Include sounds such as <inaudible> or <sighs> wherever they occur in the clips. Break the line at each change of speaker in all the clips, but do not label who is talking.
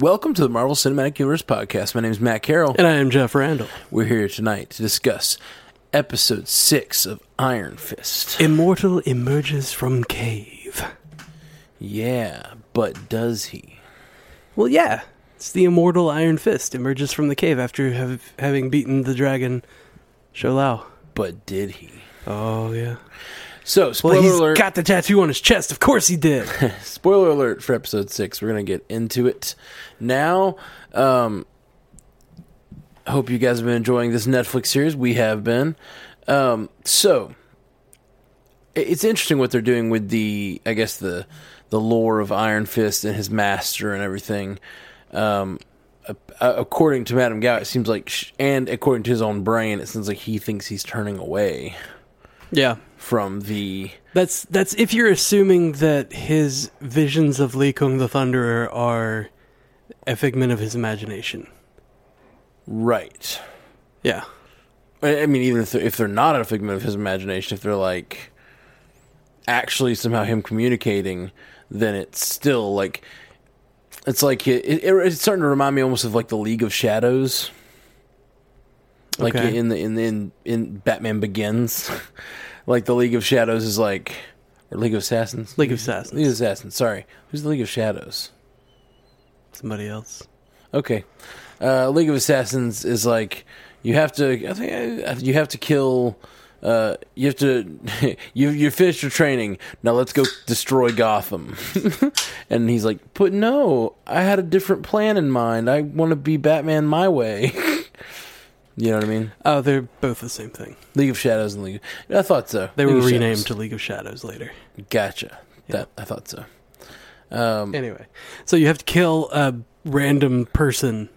Welcome to the Marvel Cinematic Universe podcast. My name is Matt Carroll.
And I am Jeff Randall.
We're here tonight to discuss episode six of Iron Fist.
Immortal emerges from cave.
Yeah, but does he?
Well, yeah. It's the immortal Iron Fist emerges from the cave after have, having beaten the dragon Sholao.
But did he?
Oh, yeah.
So,
Well,
spoiler
he's
alert.
got the tattoo on his chest. Of course he did.
spoiler alert for episode six. We're going to get into it now. Um, hope you guys have been enjoying this Netflix series. We have been. Um, so i- it's interesting what they're doing with the, I guess the the lore of Iron Fist and his master and everything. Um, a- a- according to Madame Gao, it seems like, sh- and according to his own brain, it seems like he thinks he's turning away
<laughs> yeah.
from the
That's that's if you're assuming that his visions of Li Kung the Thunderer are a figment of his imagination.
right.
Yeah.
I I mean, even if they're, if they're not a figment of his imagination, if they're like actually somehow him communicating, then it's still like it's like it, it, it's starting to remind me almost of like the League of Shadows, like
Okay.
in the in in in Batman Begins, <laughs> like the League of Shadows is like or League of Assassins,
League of Assassins.
League of Assassins. Sorry, who's the League of Shadows?
Somebody else.
Okay. Uh, League of Assassins is like you have to. I think uh, you have to kill. Uh, you have to. <laughs> you you finished your training. Now let's go destroy Gotham. <laughs> and he's like, "But no, I had a different plan in mind. I want to be Batman my way." <laughs> you know what I mean?
Oh, they're both the same thing.
League of Shadows and League. I thought so.
They
League
were
of
renamed
Shadows.
to League of Shadows later.
Gotcha. That I thought so. Um,
Anyway, so you have to kill a random person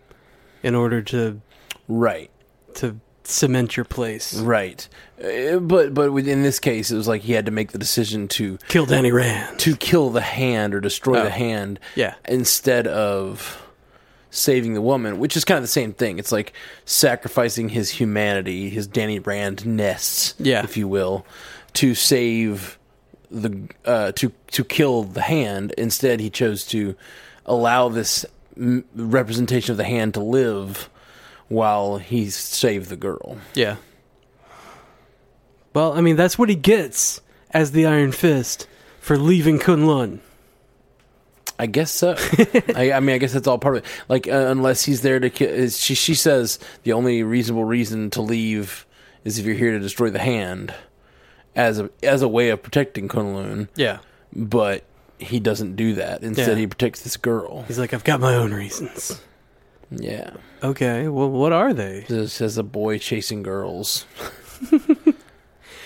in order to
right.
to cement your place.
Right. Uh, but but in this case, it was like he had to make the decision to
Kill Danny Rand.
to kill the hand or destroy
Oh.
the hand
Yeah.
instead of saving the woman, which is kind of the same thing. It's like sacrificing his humanity, his Danny Rand ness,
Yeah.
if you will, to save the uh, to to kill the hand. Instead, he chose to allow this m- representation of the hand to live while he saved the girl.
Yeah. Well, I mean, that's what he gets as the Iron Fist for leaving Kunlun.
I guess
<laughs>
so. I, I mean, I guess that's all part of it. Like, uh, unless he's there to kill. is- She, she says the only reasonable reason to leave is if you're here to destroy the hand as a, as a way of protecting Kunlun,
Yeah.
but he doesn't do that. Instead,
Yeah.
he protects this girl.
He's like, I've got my own reasons.
Yeah.
Okay, well, what are they?
This is a boy chasing girls.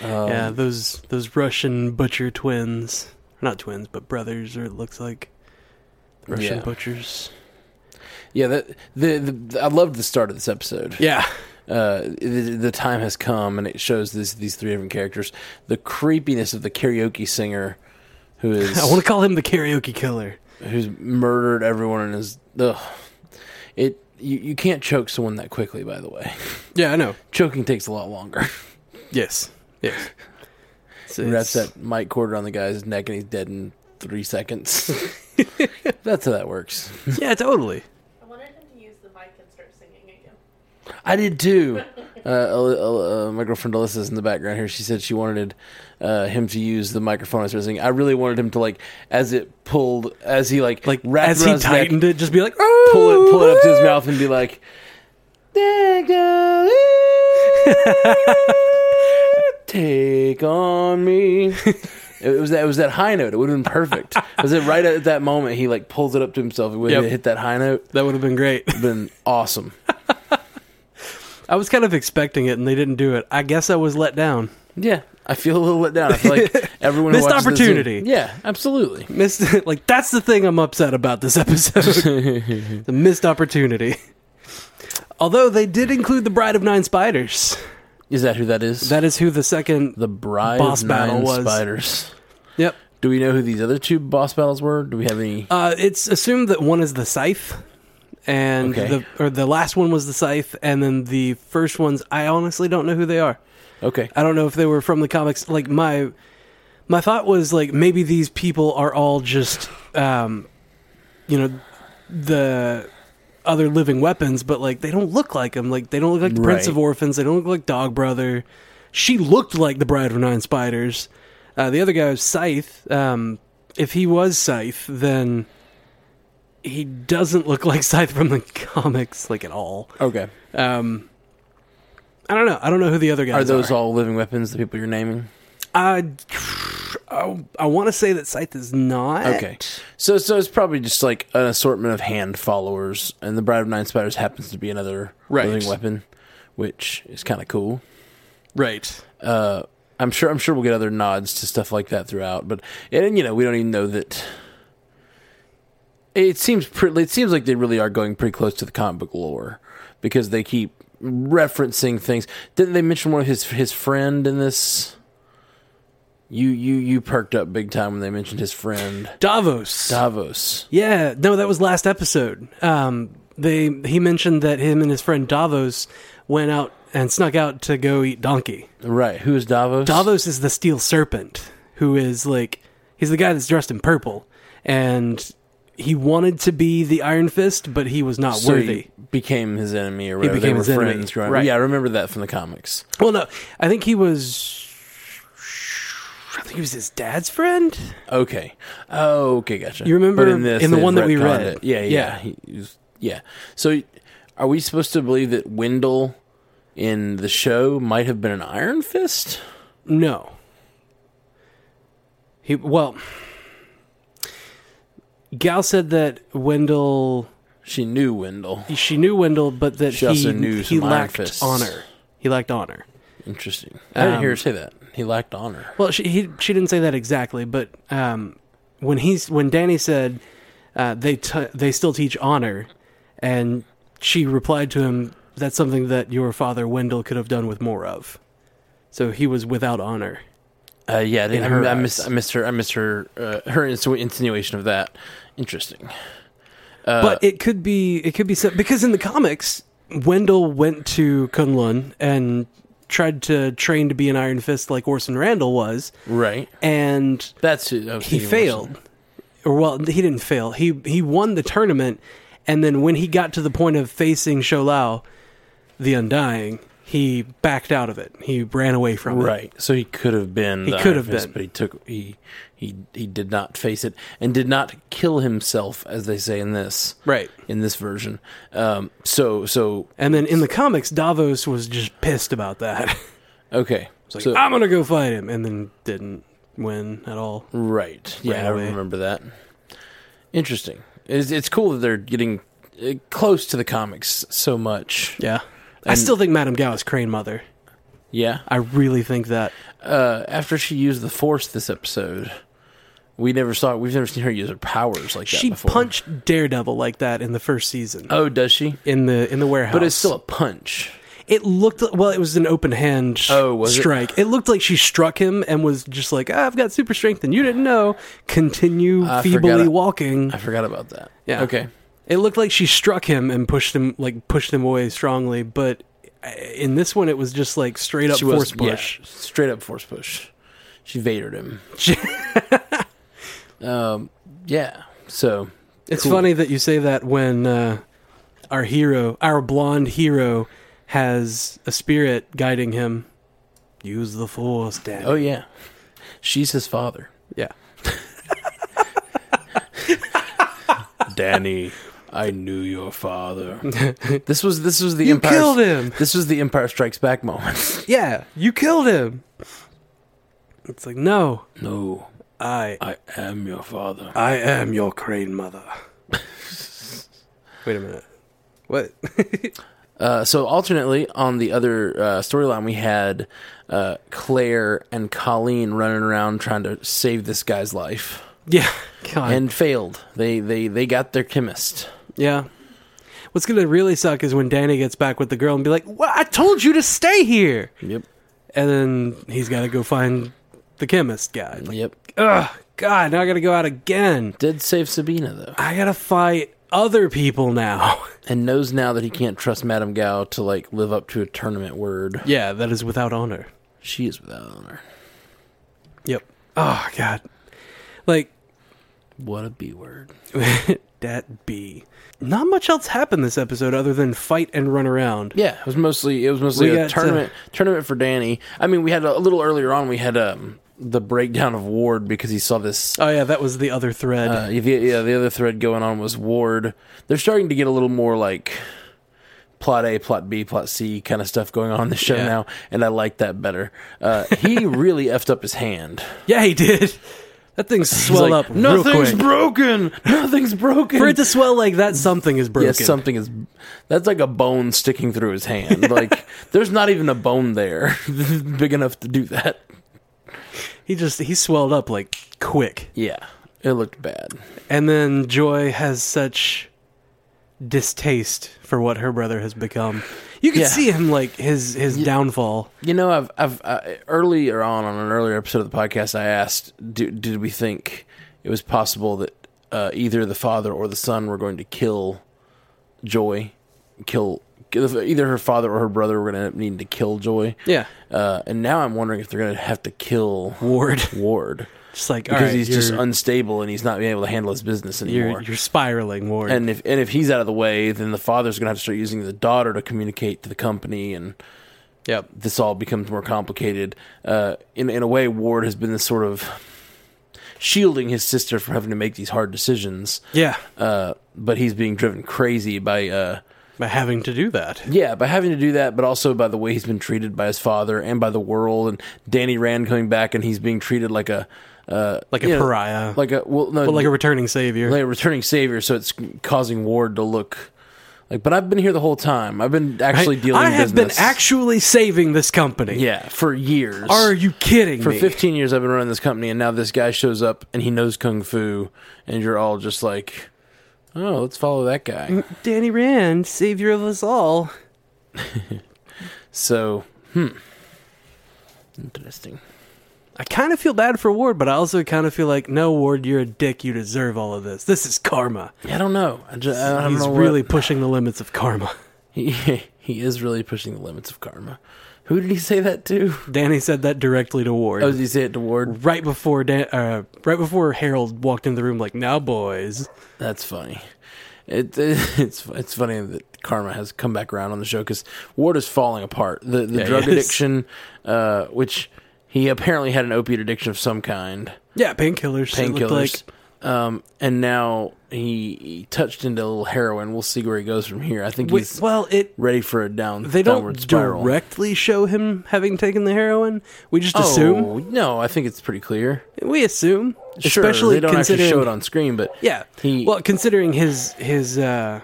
Um, yeah, those those Russian butcher twins. Not twins, but brothers, or it looks like. Russian
Yeah.
butchers.
Yeah, that, the, the I loved the start of this episode.
Yeah.
uh, the, the time has come, and it shows this, these three different characters. The creepiness of the karaoke singer, who is
<laughs> <laughs> I want to call him the karaoke killer.
who's murdered everyone and is ugh. it. You, you can't choke someone that quickly. By the way, <laughs>
Yeah, I know.
choking takes a lot longer.
Yes. Yes.
<laughs>
It's,
Wraps that mic cord around the guy's neck, and he's dead in three
<laughs>
seconds. That's how that works.
Yeah, totally.
I wanted him to use the mic and start singing again.
I did too. Uh, uh, uh, my girlfriend Alyssa's in the background here. She said she wanted uh, him to use the microphone as singing. I really wanted him to like, as it pulled, as he like,
Like
wrapped
as
around
he
his neck,
tightened it, just be like,
pull it, pull it up to his mouth, and be like, "There
"Oh!"
<laughs> go- "Take on
<laughs>
me." It was that. It was that high note. It would have been perfect. Was it right at that moment he like pulls it up to himself and
Yep.
hit that high note?
That would have been great. <laughs>
Been awesome.
I was kind of expecting it, and they didn't do it. I guess I was let down.
Yeah, I feel a little let down. I feel like
<laughs>
everyone who
Missed
watches this-
opportunity.
yeah, absolutely.
Missed <laughs> like that's the thing I'm upset about this
<laughs>
episode. the missed opportunity. Although they did include the Bride of Nine Spiders.
Is that who that is?
That is who the second.
the bride
boss
of
battle
nine
was.
spiders.
Yep.
Do we know who these other two boss battles were? Do we have any?
Uh, it's assumed that one is the scythe, and
Okay.
the or the last one was the scythe, and then the first ones. I honestly don't know who they are.
Okay,
I don't know if they were from the comics. Like my my thought was like maybe these people are all just um, you know the other living weapons, but like they don't look like him. Like they don't look like the Prince of
Right.
Orphans. They don't look like Dog Brother. She looked like the Bride of Nine Spiders. Uh, the other guy was Scythe. Um, if he was Scythe, then he doesn't look like Scythe from the <laughs> comics, like at all.
Okay.
Um, I don't know. I don't know who the other guys
Are
are.
those all living weapons? The people you're naming?
Uh, I, I want to say that Scythe is not.
Okay. So so it's probably just like an assortment of hand followers, and the Bride of Nine Spiders happens to be another
Right.
living weapon, which is kind of cool.
Right.
Uh, I'm sure I'm sure we'll get other nods to stuff like that throughout, but and you know we don't even know that. It seems pretty. It seems like they really are going pretty close to the comic book lore because they keep referencing things. Didn't they mention one of his his friend in this? You you you perked up big time when they mentioned his friend
Davos.
Davos.
yeah. No, that was last episode. Um, they he mentioned that him and his friend Davos went out and snuck out to go eat donkey.
Right. Who is Davos?
Davos is the steel serpent, who is like he's the guy that's dressed in purple, and he wanted to be the Iron Fist, but he was not
So he
worthy.
became his enemy or whatever.
became
they were
his enemy,
friends growing
right.
Yeah, I remember that from the comics.
Well, no, I think he was. I think he was his dad's friend.
Okay. Oh, okay, gotcha.
You remember
But
in the
they've
one that we
retconned
read?
it. Yeah, yeah.
Yeah.
Yeah. He- he was- yeah. So are we supposed to believe that Wendell in the show might have been an Iron Fist?
No. He well. Gal said that Wendell
She knew Wendell.
she knew Wendell, but that
She
he
also knew
he
some Iron
lacked
Fists.
honor. He lacked honor.
Interesting. I didn't
Um,
hear her say that. He lacked honor.
Well, she he, she didn't say that exactly, but um, when he's when Danny said uh, they t- they still teach honor, and she replied to him, "That's something that your father Wendell could have done with more of." So he was without honor.
Uh, yeah, I, didn't,
her
I, I, missed,
eyes.
I missed her. I missed her. Uh, her insu- insinuation of that. Interesting. Uh,
but it could be it could be some, because in the comics wendell went to kunlun and tried to train to be an iron fist like orson randall was
right.
and
That's who I was
he
thinking was-
failed or well he didn't fail he he won the tournament and then when he got to the point of facing sholao the undying he backed out of it he ran away from it
Right. So he could have been.
He
the Iron
could have
Fist,
been.
but he took he he he did not face it and did not kill himself, as they say in this
right
in this version. Um. So so
and then in the comics davos was just pissed about that
okay.
It's
so
like, <laughs> ah! i'm gonna go fight him and then didn't win at all
right.
ran
Yeah, I
away.
remember that. Interesting. It's it's cool that they're getting uh, close to the comics so much.
Yeah. I still think Madame Gao is Crane Mother.
Yeah.
I really think that.
Uh. After she used the Force this episode. We never saw. We've never seen her use her powers like that
She
before.
punched Daredevil like that in the first season.
Oh, does she?
in the in the warehouse.
But it's still a punch.
it looked well, it was an open hand sh-
Oh, was it?
strike. It? looked like she struck him and was just like, ah, I've got super strength and you didn't know. Continue
I
feebly
forgot-
walking.
I forgot about that.
Yeah.
Okay.
It looked like she struck him and pushed him like pushed him away strongly, but uh, in this one it was just like straight up force
yeah,
push.
straight up force push. She vadered him. <laughs> um, yeah. So
It's
Cool.
funny that you say that when uh, our hero, our blonde hero, has a spirit guiding him. Use the force, Dad.
oh yeah, she's his father,
yeah.
Danny. <laughs> I knew your
<laughs>
father. this was this was the
You
Empire.
killed him.
This was the Empire Strikes Back moment. <laughs>
Yeah, you killed him. It's like no,
no,
I
I am your father.
I am your crane mother. Wait a minute. What?
Uh, so alternately on the other uh, storyline we had uh, Claire and Colleen running around trying to save this guy's life.
<laughs> yeah. God.
and failed. They they they got their chemist.
yeah. What's gonna really suck is when Danny gets back with the girl and be like, "Well, I told you to stay here."
Yep.
and then he's got to go find the chemist guy. Like,
Yep.
ugh, God, now I got to go out again.
Did save Sabina though,
I got to fight other people now. <laughs>
and knows now that he can't trust Madame Gao to like live up to a tournament word.
yeah, that is without honor.
She is without honor.
Yep. Oh God, like <laughs>
What a B word.
that B. Not much else happened this episode other than fight and run around.
Yeah, it was mostly it was mostly
We
a
got,
tournament tournament for Danny. I mean, we had a, a little earlier on. We had um the breakdown of Ward because he saw this.
Oh yeah, that was the other thread.
Uh, the, yeah, the other thread going on was Ward. They're starting to get a little more like plot A, plot B, plot C kind of stuff going on in the show
Yeah.
now, and I like that better. Uh,
<laughs>
he really effed up his hand.
yeah, he did. <laughs> That thing
He's
swelled
like,
up real
Nothing's
quick.
broken. Nothing's broken.
For it to swell like that, something is broken.
Yes, something is. That's like a bone sticking through his hand.
<laughs>
like there's not even a bone there <laughs> big enough to do that.
he just he swelled up like quick.
Yeah, it looked bad.
And then Joy has such distaste for what her brother has become. You can
Yeah.
see him like his his downfall.
You know, I've I've I, earlier on on an earlier episode of the podcast, I asked, do, did we think it was possible that uh, either the father or the son were going to kill Joy, kill either her father or her brother were going to end up needing to kill Joy.
Yeah,
Uh, and now I'm wondering if they're going to have to kill
Ward. <laughs>
Ward.
Just like all
because
right,
he's just
you're-
unstable and he's not being able to handle his business anymore.
you're you're spiraling, Ward.
and if and if he's out of the way, then the father's going to have to start using the daughter to communicate to the company, and
yep.
this all becomes more complicated. Uh, in in a way, Ward has been this sort of shielding his sister from having to make these hard decisions,
Yeah,
uh, but he's being driven crazy by. Uh,
by having to do that.
yeah, by having to do that, but also by the way he's been treated by his father and by the world, and Danny Rand coming back and he's being treated like a uh,
Like a
you know,
pariah.
like a well, no,
but like a returning savior.
like a returning savior, so it's causing Ward to look like. But I've been here the whole time. I've been actually
I,
dealing.
I have
business.
been actually saving this company.
yeah for years.
Are you kidding
for
me?
15 years I've been running this company, and now this guy shows up and he knows kung fu, and you're all just like, oh, let's follow that guy.
Danny Rand, savior of us all.
so, hmm, interesting.
I kind of feel bad for Ward, but I also kind of feel like, no, Ward, you're a dick. You deserve all of this. This is karma.
I don't know. I, just, I don't
He's
know. what-
really pushing the limits of karma.
<laughs>
<laughs>
he, he is really pushing the limits of karma. Who did he say that
<laughs>
to?
Danny said that directly to Ward.
Oh, did he say it to Ward?
Right before Dan- uh, right before Harold walked in the room, like now, boys.
That's funny. It, <laughs> it's it's funny that karma has come back around on the show because Ward is falling apart. The the
Yeah,
drug
he is.
addiction, uh, which he apparently had an opiate addiction of some kind,
Yeah, painkillers. It looked
painkillers,
Like,
um, and now he, he touched into a little heroin. We'll see where he goes from here. I think
Wait,
he's
well, it
ready for a down.
they
downward
don't
spiral.
directly show him having taken the heroin. We just
Oh,
assume.
no, I think it's pretty clear.
We assume,
Sure,
especially
they don't actually
considering
show it on screen, but
Yeah.
He-
well, considering his his uh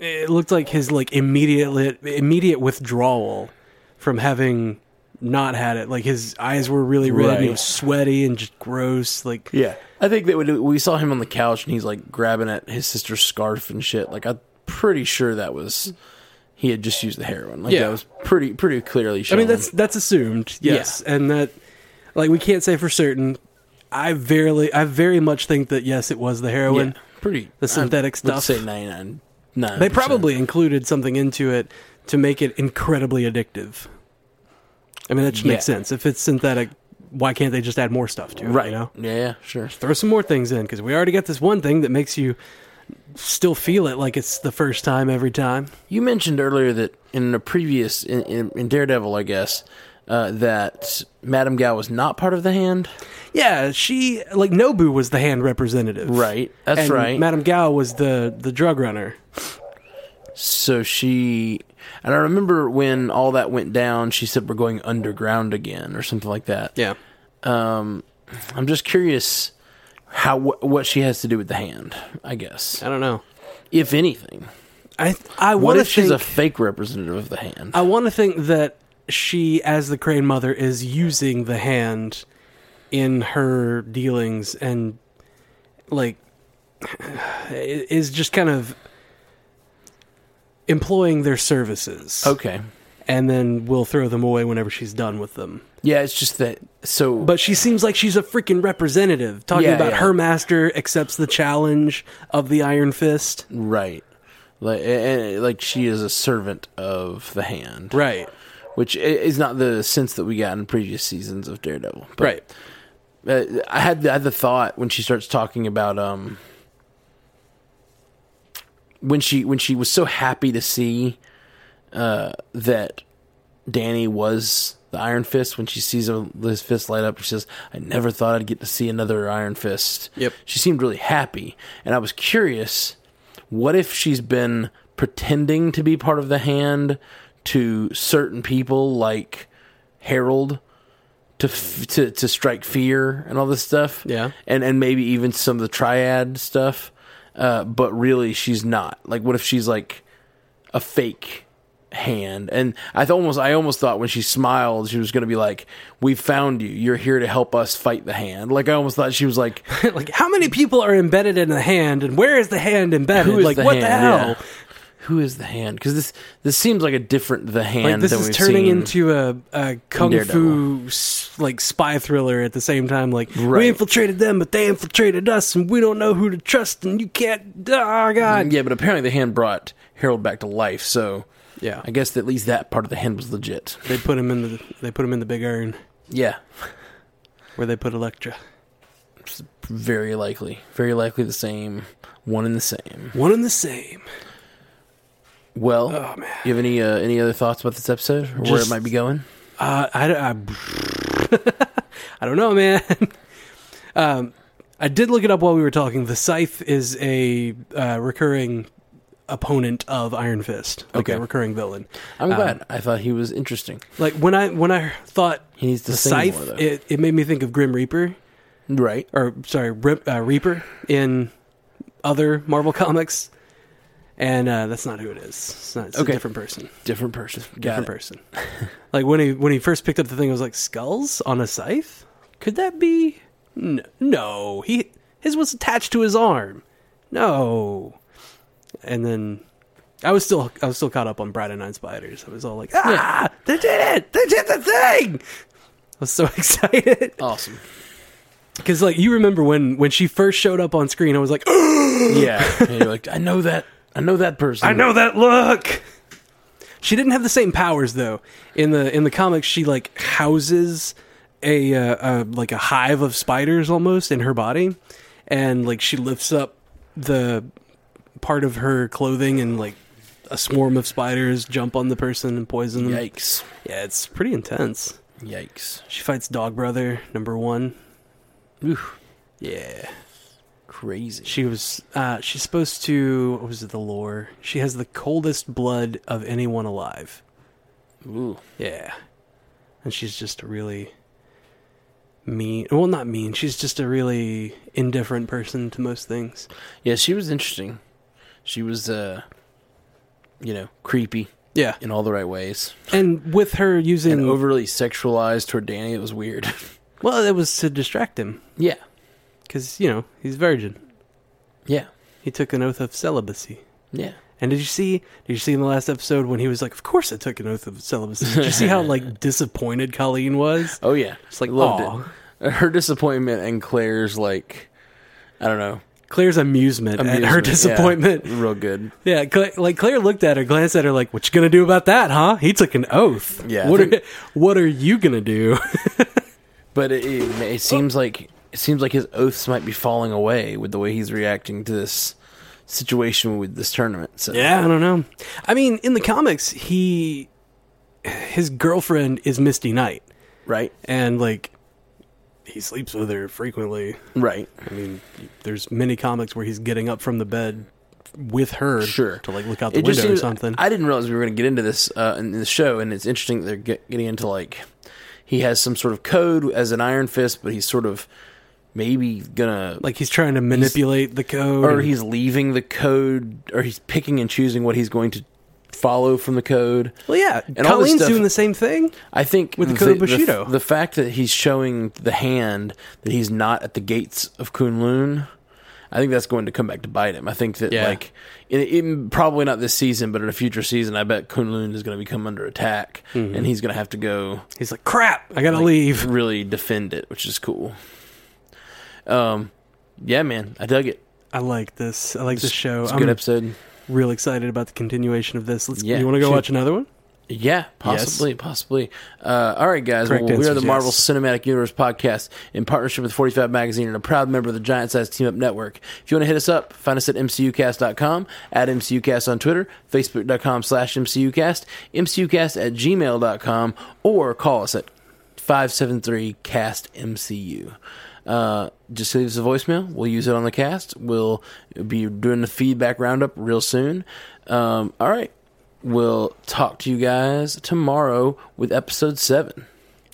it looked like his like immediate immediate withdrawal from having not had it. Like his eyes were really red and he
Right.
was sweaty and just gross. Like
Yeah, I think that when we saw him on the couch and he's like grabbing at his sister's scarf and shit. Like I'm pretty sure that was he had just used the heroin. Like
Yeah.
that was pretty pretty clearly
I
shown.
mean that's that's assumed. Yes. And that like we can't say for certain. I verily I very much think that yes it was the
Yeah,
heroin.
pretty
the synthetic
I would
stuff.
say ninety nine.
They probably included something into it to make it incredibly addictive. I mean, that just makes
Yeah.
sense. If it's synthetic, why can't they just add more stuff to it?
right.
You know,
Yeah, yeah, sure.
throw some more things in because we already got this one thing that makes you still feel it like it's the first time every time.
You mentioned earlier that in a previous in, in, in Daredevil, I guess, uh, that Madame Gao was not part of the hand.
Yeah, she like Nobu was the hand representative,
Right. That's
And
right.
Madame Gao was the the drug runner.
So she, and I remember when all that went down, she said we're going underground again or something like that.
Yeah.
Um, I'm just curious how wh- what she has to do with the hand. I guess,
I don't know.
if anything,
I I
what
want to
if she's
think
a fake representative of the hand?
I want to think that she, as the Crane Mother, is using the hand in her dealings and, like, <sighs> is just kind of employing their services.
okay,
And then will throw them away whenever she's done with them.
yeah, it's just that. So,
But she seems like she's a freaking representative, talking
Yeah,
about
yeah.
her master accepts the challenge of the Iron Fist.
right, like, eh, eh, like she is a servant of the hand,
Right.
which i- is not the sense that we got in previous seasons of Daredevil. But
right.
Uh, I had the, I had the thought when she starts talking about um when she when she was so happy to see uh that Danny was the Iron Fist when she sees him, his fist light up she says I never thought I'd get to see another Iron Fist.
Yep.
She seemed really happy and I was curious what if she's been pretending to be part of the hand to certain people like Harold to f- to to strike fear and all this stuff.
Yeah.
and and maybe even some of the triad stuff. Uh, but really, she's not. Like, what if she's like a fake hand? And I th- almost I almost thought when she smiled, she was going to be like, "We found you. You're here to help us fight the hand." Like, I almost thought she was
<laughs>
like,
<laughs> like how many people are embedded in the hand and where is the hand embedded
"Who is
like
the
what
hand?"
the hell
Yeah. Who is the hand? Because this this seems like a different the hand.
like this
than
is
we've
turning
seen.
into a, a kung fu
Daredevil.
s- like spy thriller at the same time like
Right.
we infiltrated them but they infiltrated us and we don't know who to trust and you can't oh god
yeah, but apparently the hand brought Harold back to life. So
yeah
I guess at least that part of the hand was legit.
they put him in the they put him in the big urn
Yeah.
where they put Elektra
Very likely. Very likely the same. One and the same.
one and the same
Well,
oh man
you have any uh, any other thoughts about this episode or where it
Just-
might be going?
Uh, I, I, I <laughs> don't know, man. <laughs> um, I did look it up while we were talking. The Scythe is a uh, recurring opponent of Iron Fist, like
Okay.
a recurring villain.
I'm
um,
glad. I thought he was interesting.
Like when I when I thought
He needs to
the
sing
Scythe,
more though.
it, it made me think of Grim Reaper,
right.
or sorry, Rip, uh, Reaper in other Marvel <laughs> comics. And uh, that's not who it is. It's, not, it's
Okay.
a different person.
Different person. Got
different
it.
person. <laughs> like when he when he first picked up the thing, I was like, skulls on a scythe? Could that be? No, no. He his was attached to his arm. No. And then I was still I was still caught up on Brad and Nine Spiders. I was all like, ah, they did it! They did the thing! I was so <laughs> excited <gasps>
Awesome.
because like you remember when when she first showed up on screen, I was like,
yeah. And you're like, I know that. I know that person.
I know that look. She didn't have the same powers though. In the in the comics, she like houses a, uh, a like a hive of spiders almost in her body, and like she lifts up the part of her clothing and like a swarm of spiders jump on the person and poison them.
Yikes.
Yeah, it's pretty intense.
Yikes.
She fights Dog Brother number one.
Oof.
Yeah.
Crazy.
She was uh, she's supposed to what was it the lore? She has the coldest blood of anyone alive.
Ooh.
Yeah. And she's just a really mean well not mean, she's just a really indifferent person to most things.
Yeah, she was interesting. She was uh you know, creepy
Yeah.
in all the right ways.
And with her using
And overly sexualized toward Danny, it was weird. <laughs>
well, it was to distract him
yeah.
cuz you know, he's virgin.
Yeah.
He took an oath of celibacy.
Yeah.
And did you see? Did you see in the last episode when he was like, "Of course, I took an oath of celibacy." Did you see
<laughs>
how like disappointed Colleen was?
Oh yeah,
It's like,
loved
aw.
it. Her disappointment and Claire's like, I don't know,
Claire's amusement, at her
amusement.
disappointment.
Yeah, Mm-hmm. real good.
Yeah, Cla- like Claire looked at her, glanced at her, like, "What you gonna do about that, huh? He took an oath.
Yeah, I
What are,
think-
What are you gonna do? <laughs>
But it, it, it seems like it seems like his oaths might be falling away with the way he's reacting to this situation with this tournament. So
yeah, I don't know. I mean, in the comics, he his girlfriend is Misty Knight,
right,
and like he sleeps with her frequently.
right,
I mean, there's many comics where he's getting up from the bed with her,
sure.
to like look out the
It
window
just
or
seems-
something.
I didn't realize we were going to get into this uh, in the show, and it's interesting that they're get, getting into like he has some sort of code as an Iron Fist, but he's sort of maybe gonna
like he's trying to manipulate the code,
or
and-
he's leaving the code, or he's picking and choosing what he's going to follow from the code.
well,
all
yeah,
this
Colleen's
stuff-
doing the same thing.
I think
With the code of Bushido.
the, fact that he's showing the hand that he's not at the gates of Kunlun, I think that's going to come back to bite him. I think that
Yeah.
like, in, in, probably not this season, but in a future season, I bet Kunlun is going to become under attack, and he's going to have to go
He's like, "Crap, I gotta Mm-hmm. leave."
really defend it, which is cool. Um, yeah, man, I dug it.
I like this. I like this show.
It's a
I'm
good episode.
real excited about the continuation of this. Let's.
Yeah,
you want to go
shoot.
watch another one?
Yeah, possibly, possibly. Uh, all right, guys.
Correct
well, we
answer
are the
is
Marvel
yes.
Cinematic Universe podcast in partnership with 45 Magazine and a proud member of the Giant Size Team Up Network. If you want to hit us up, find us at mcucast.com, at mcucast on Twitter, facebook.com slash mcucast, mcucast at gmail.com, or call us at 573-CAST-MCU. Uh, just leave us a voicemail. We'll use it on the cast. We'll be doing the feedback roundup real soon. Um, all right. We'll talk to you guys tomorrow with episode seven.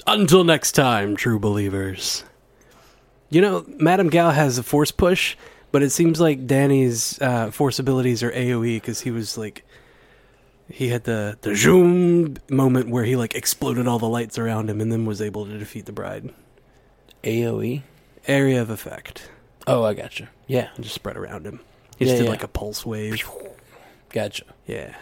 Until next time, true believers. You know, Madam Gal has a force push, but it seems like Danny's uh, force abilities are AoE because he was like, he had the the zoom moment where he like exploded all the lights around him and then was able to defeat the bride.
AOE.
Area of effect
E? Oh, I gotcha. Yeah,
just spread around him. He
Yeah,
just did
yeah.
like a pulse wave.
gotcha.
Yeah.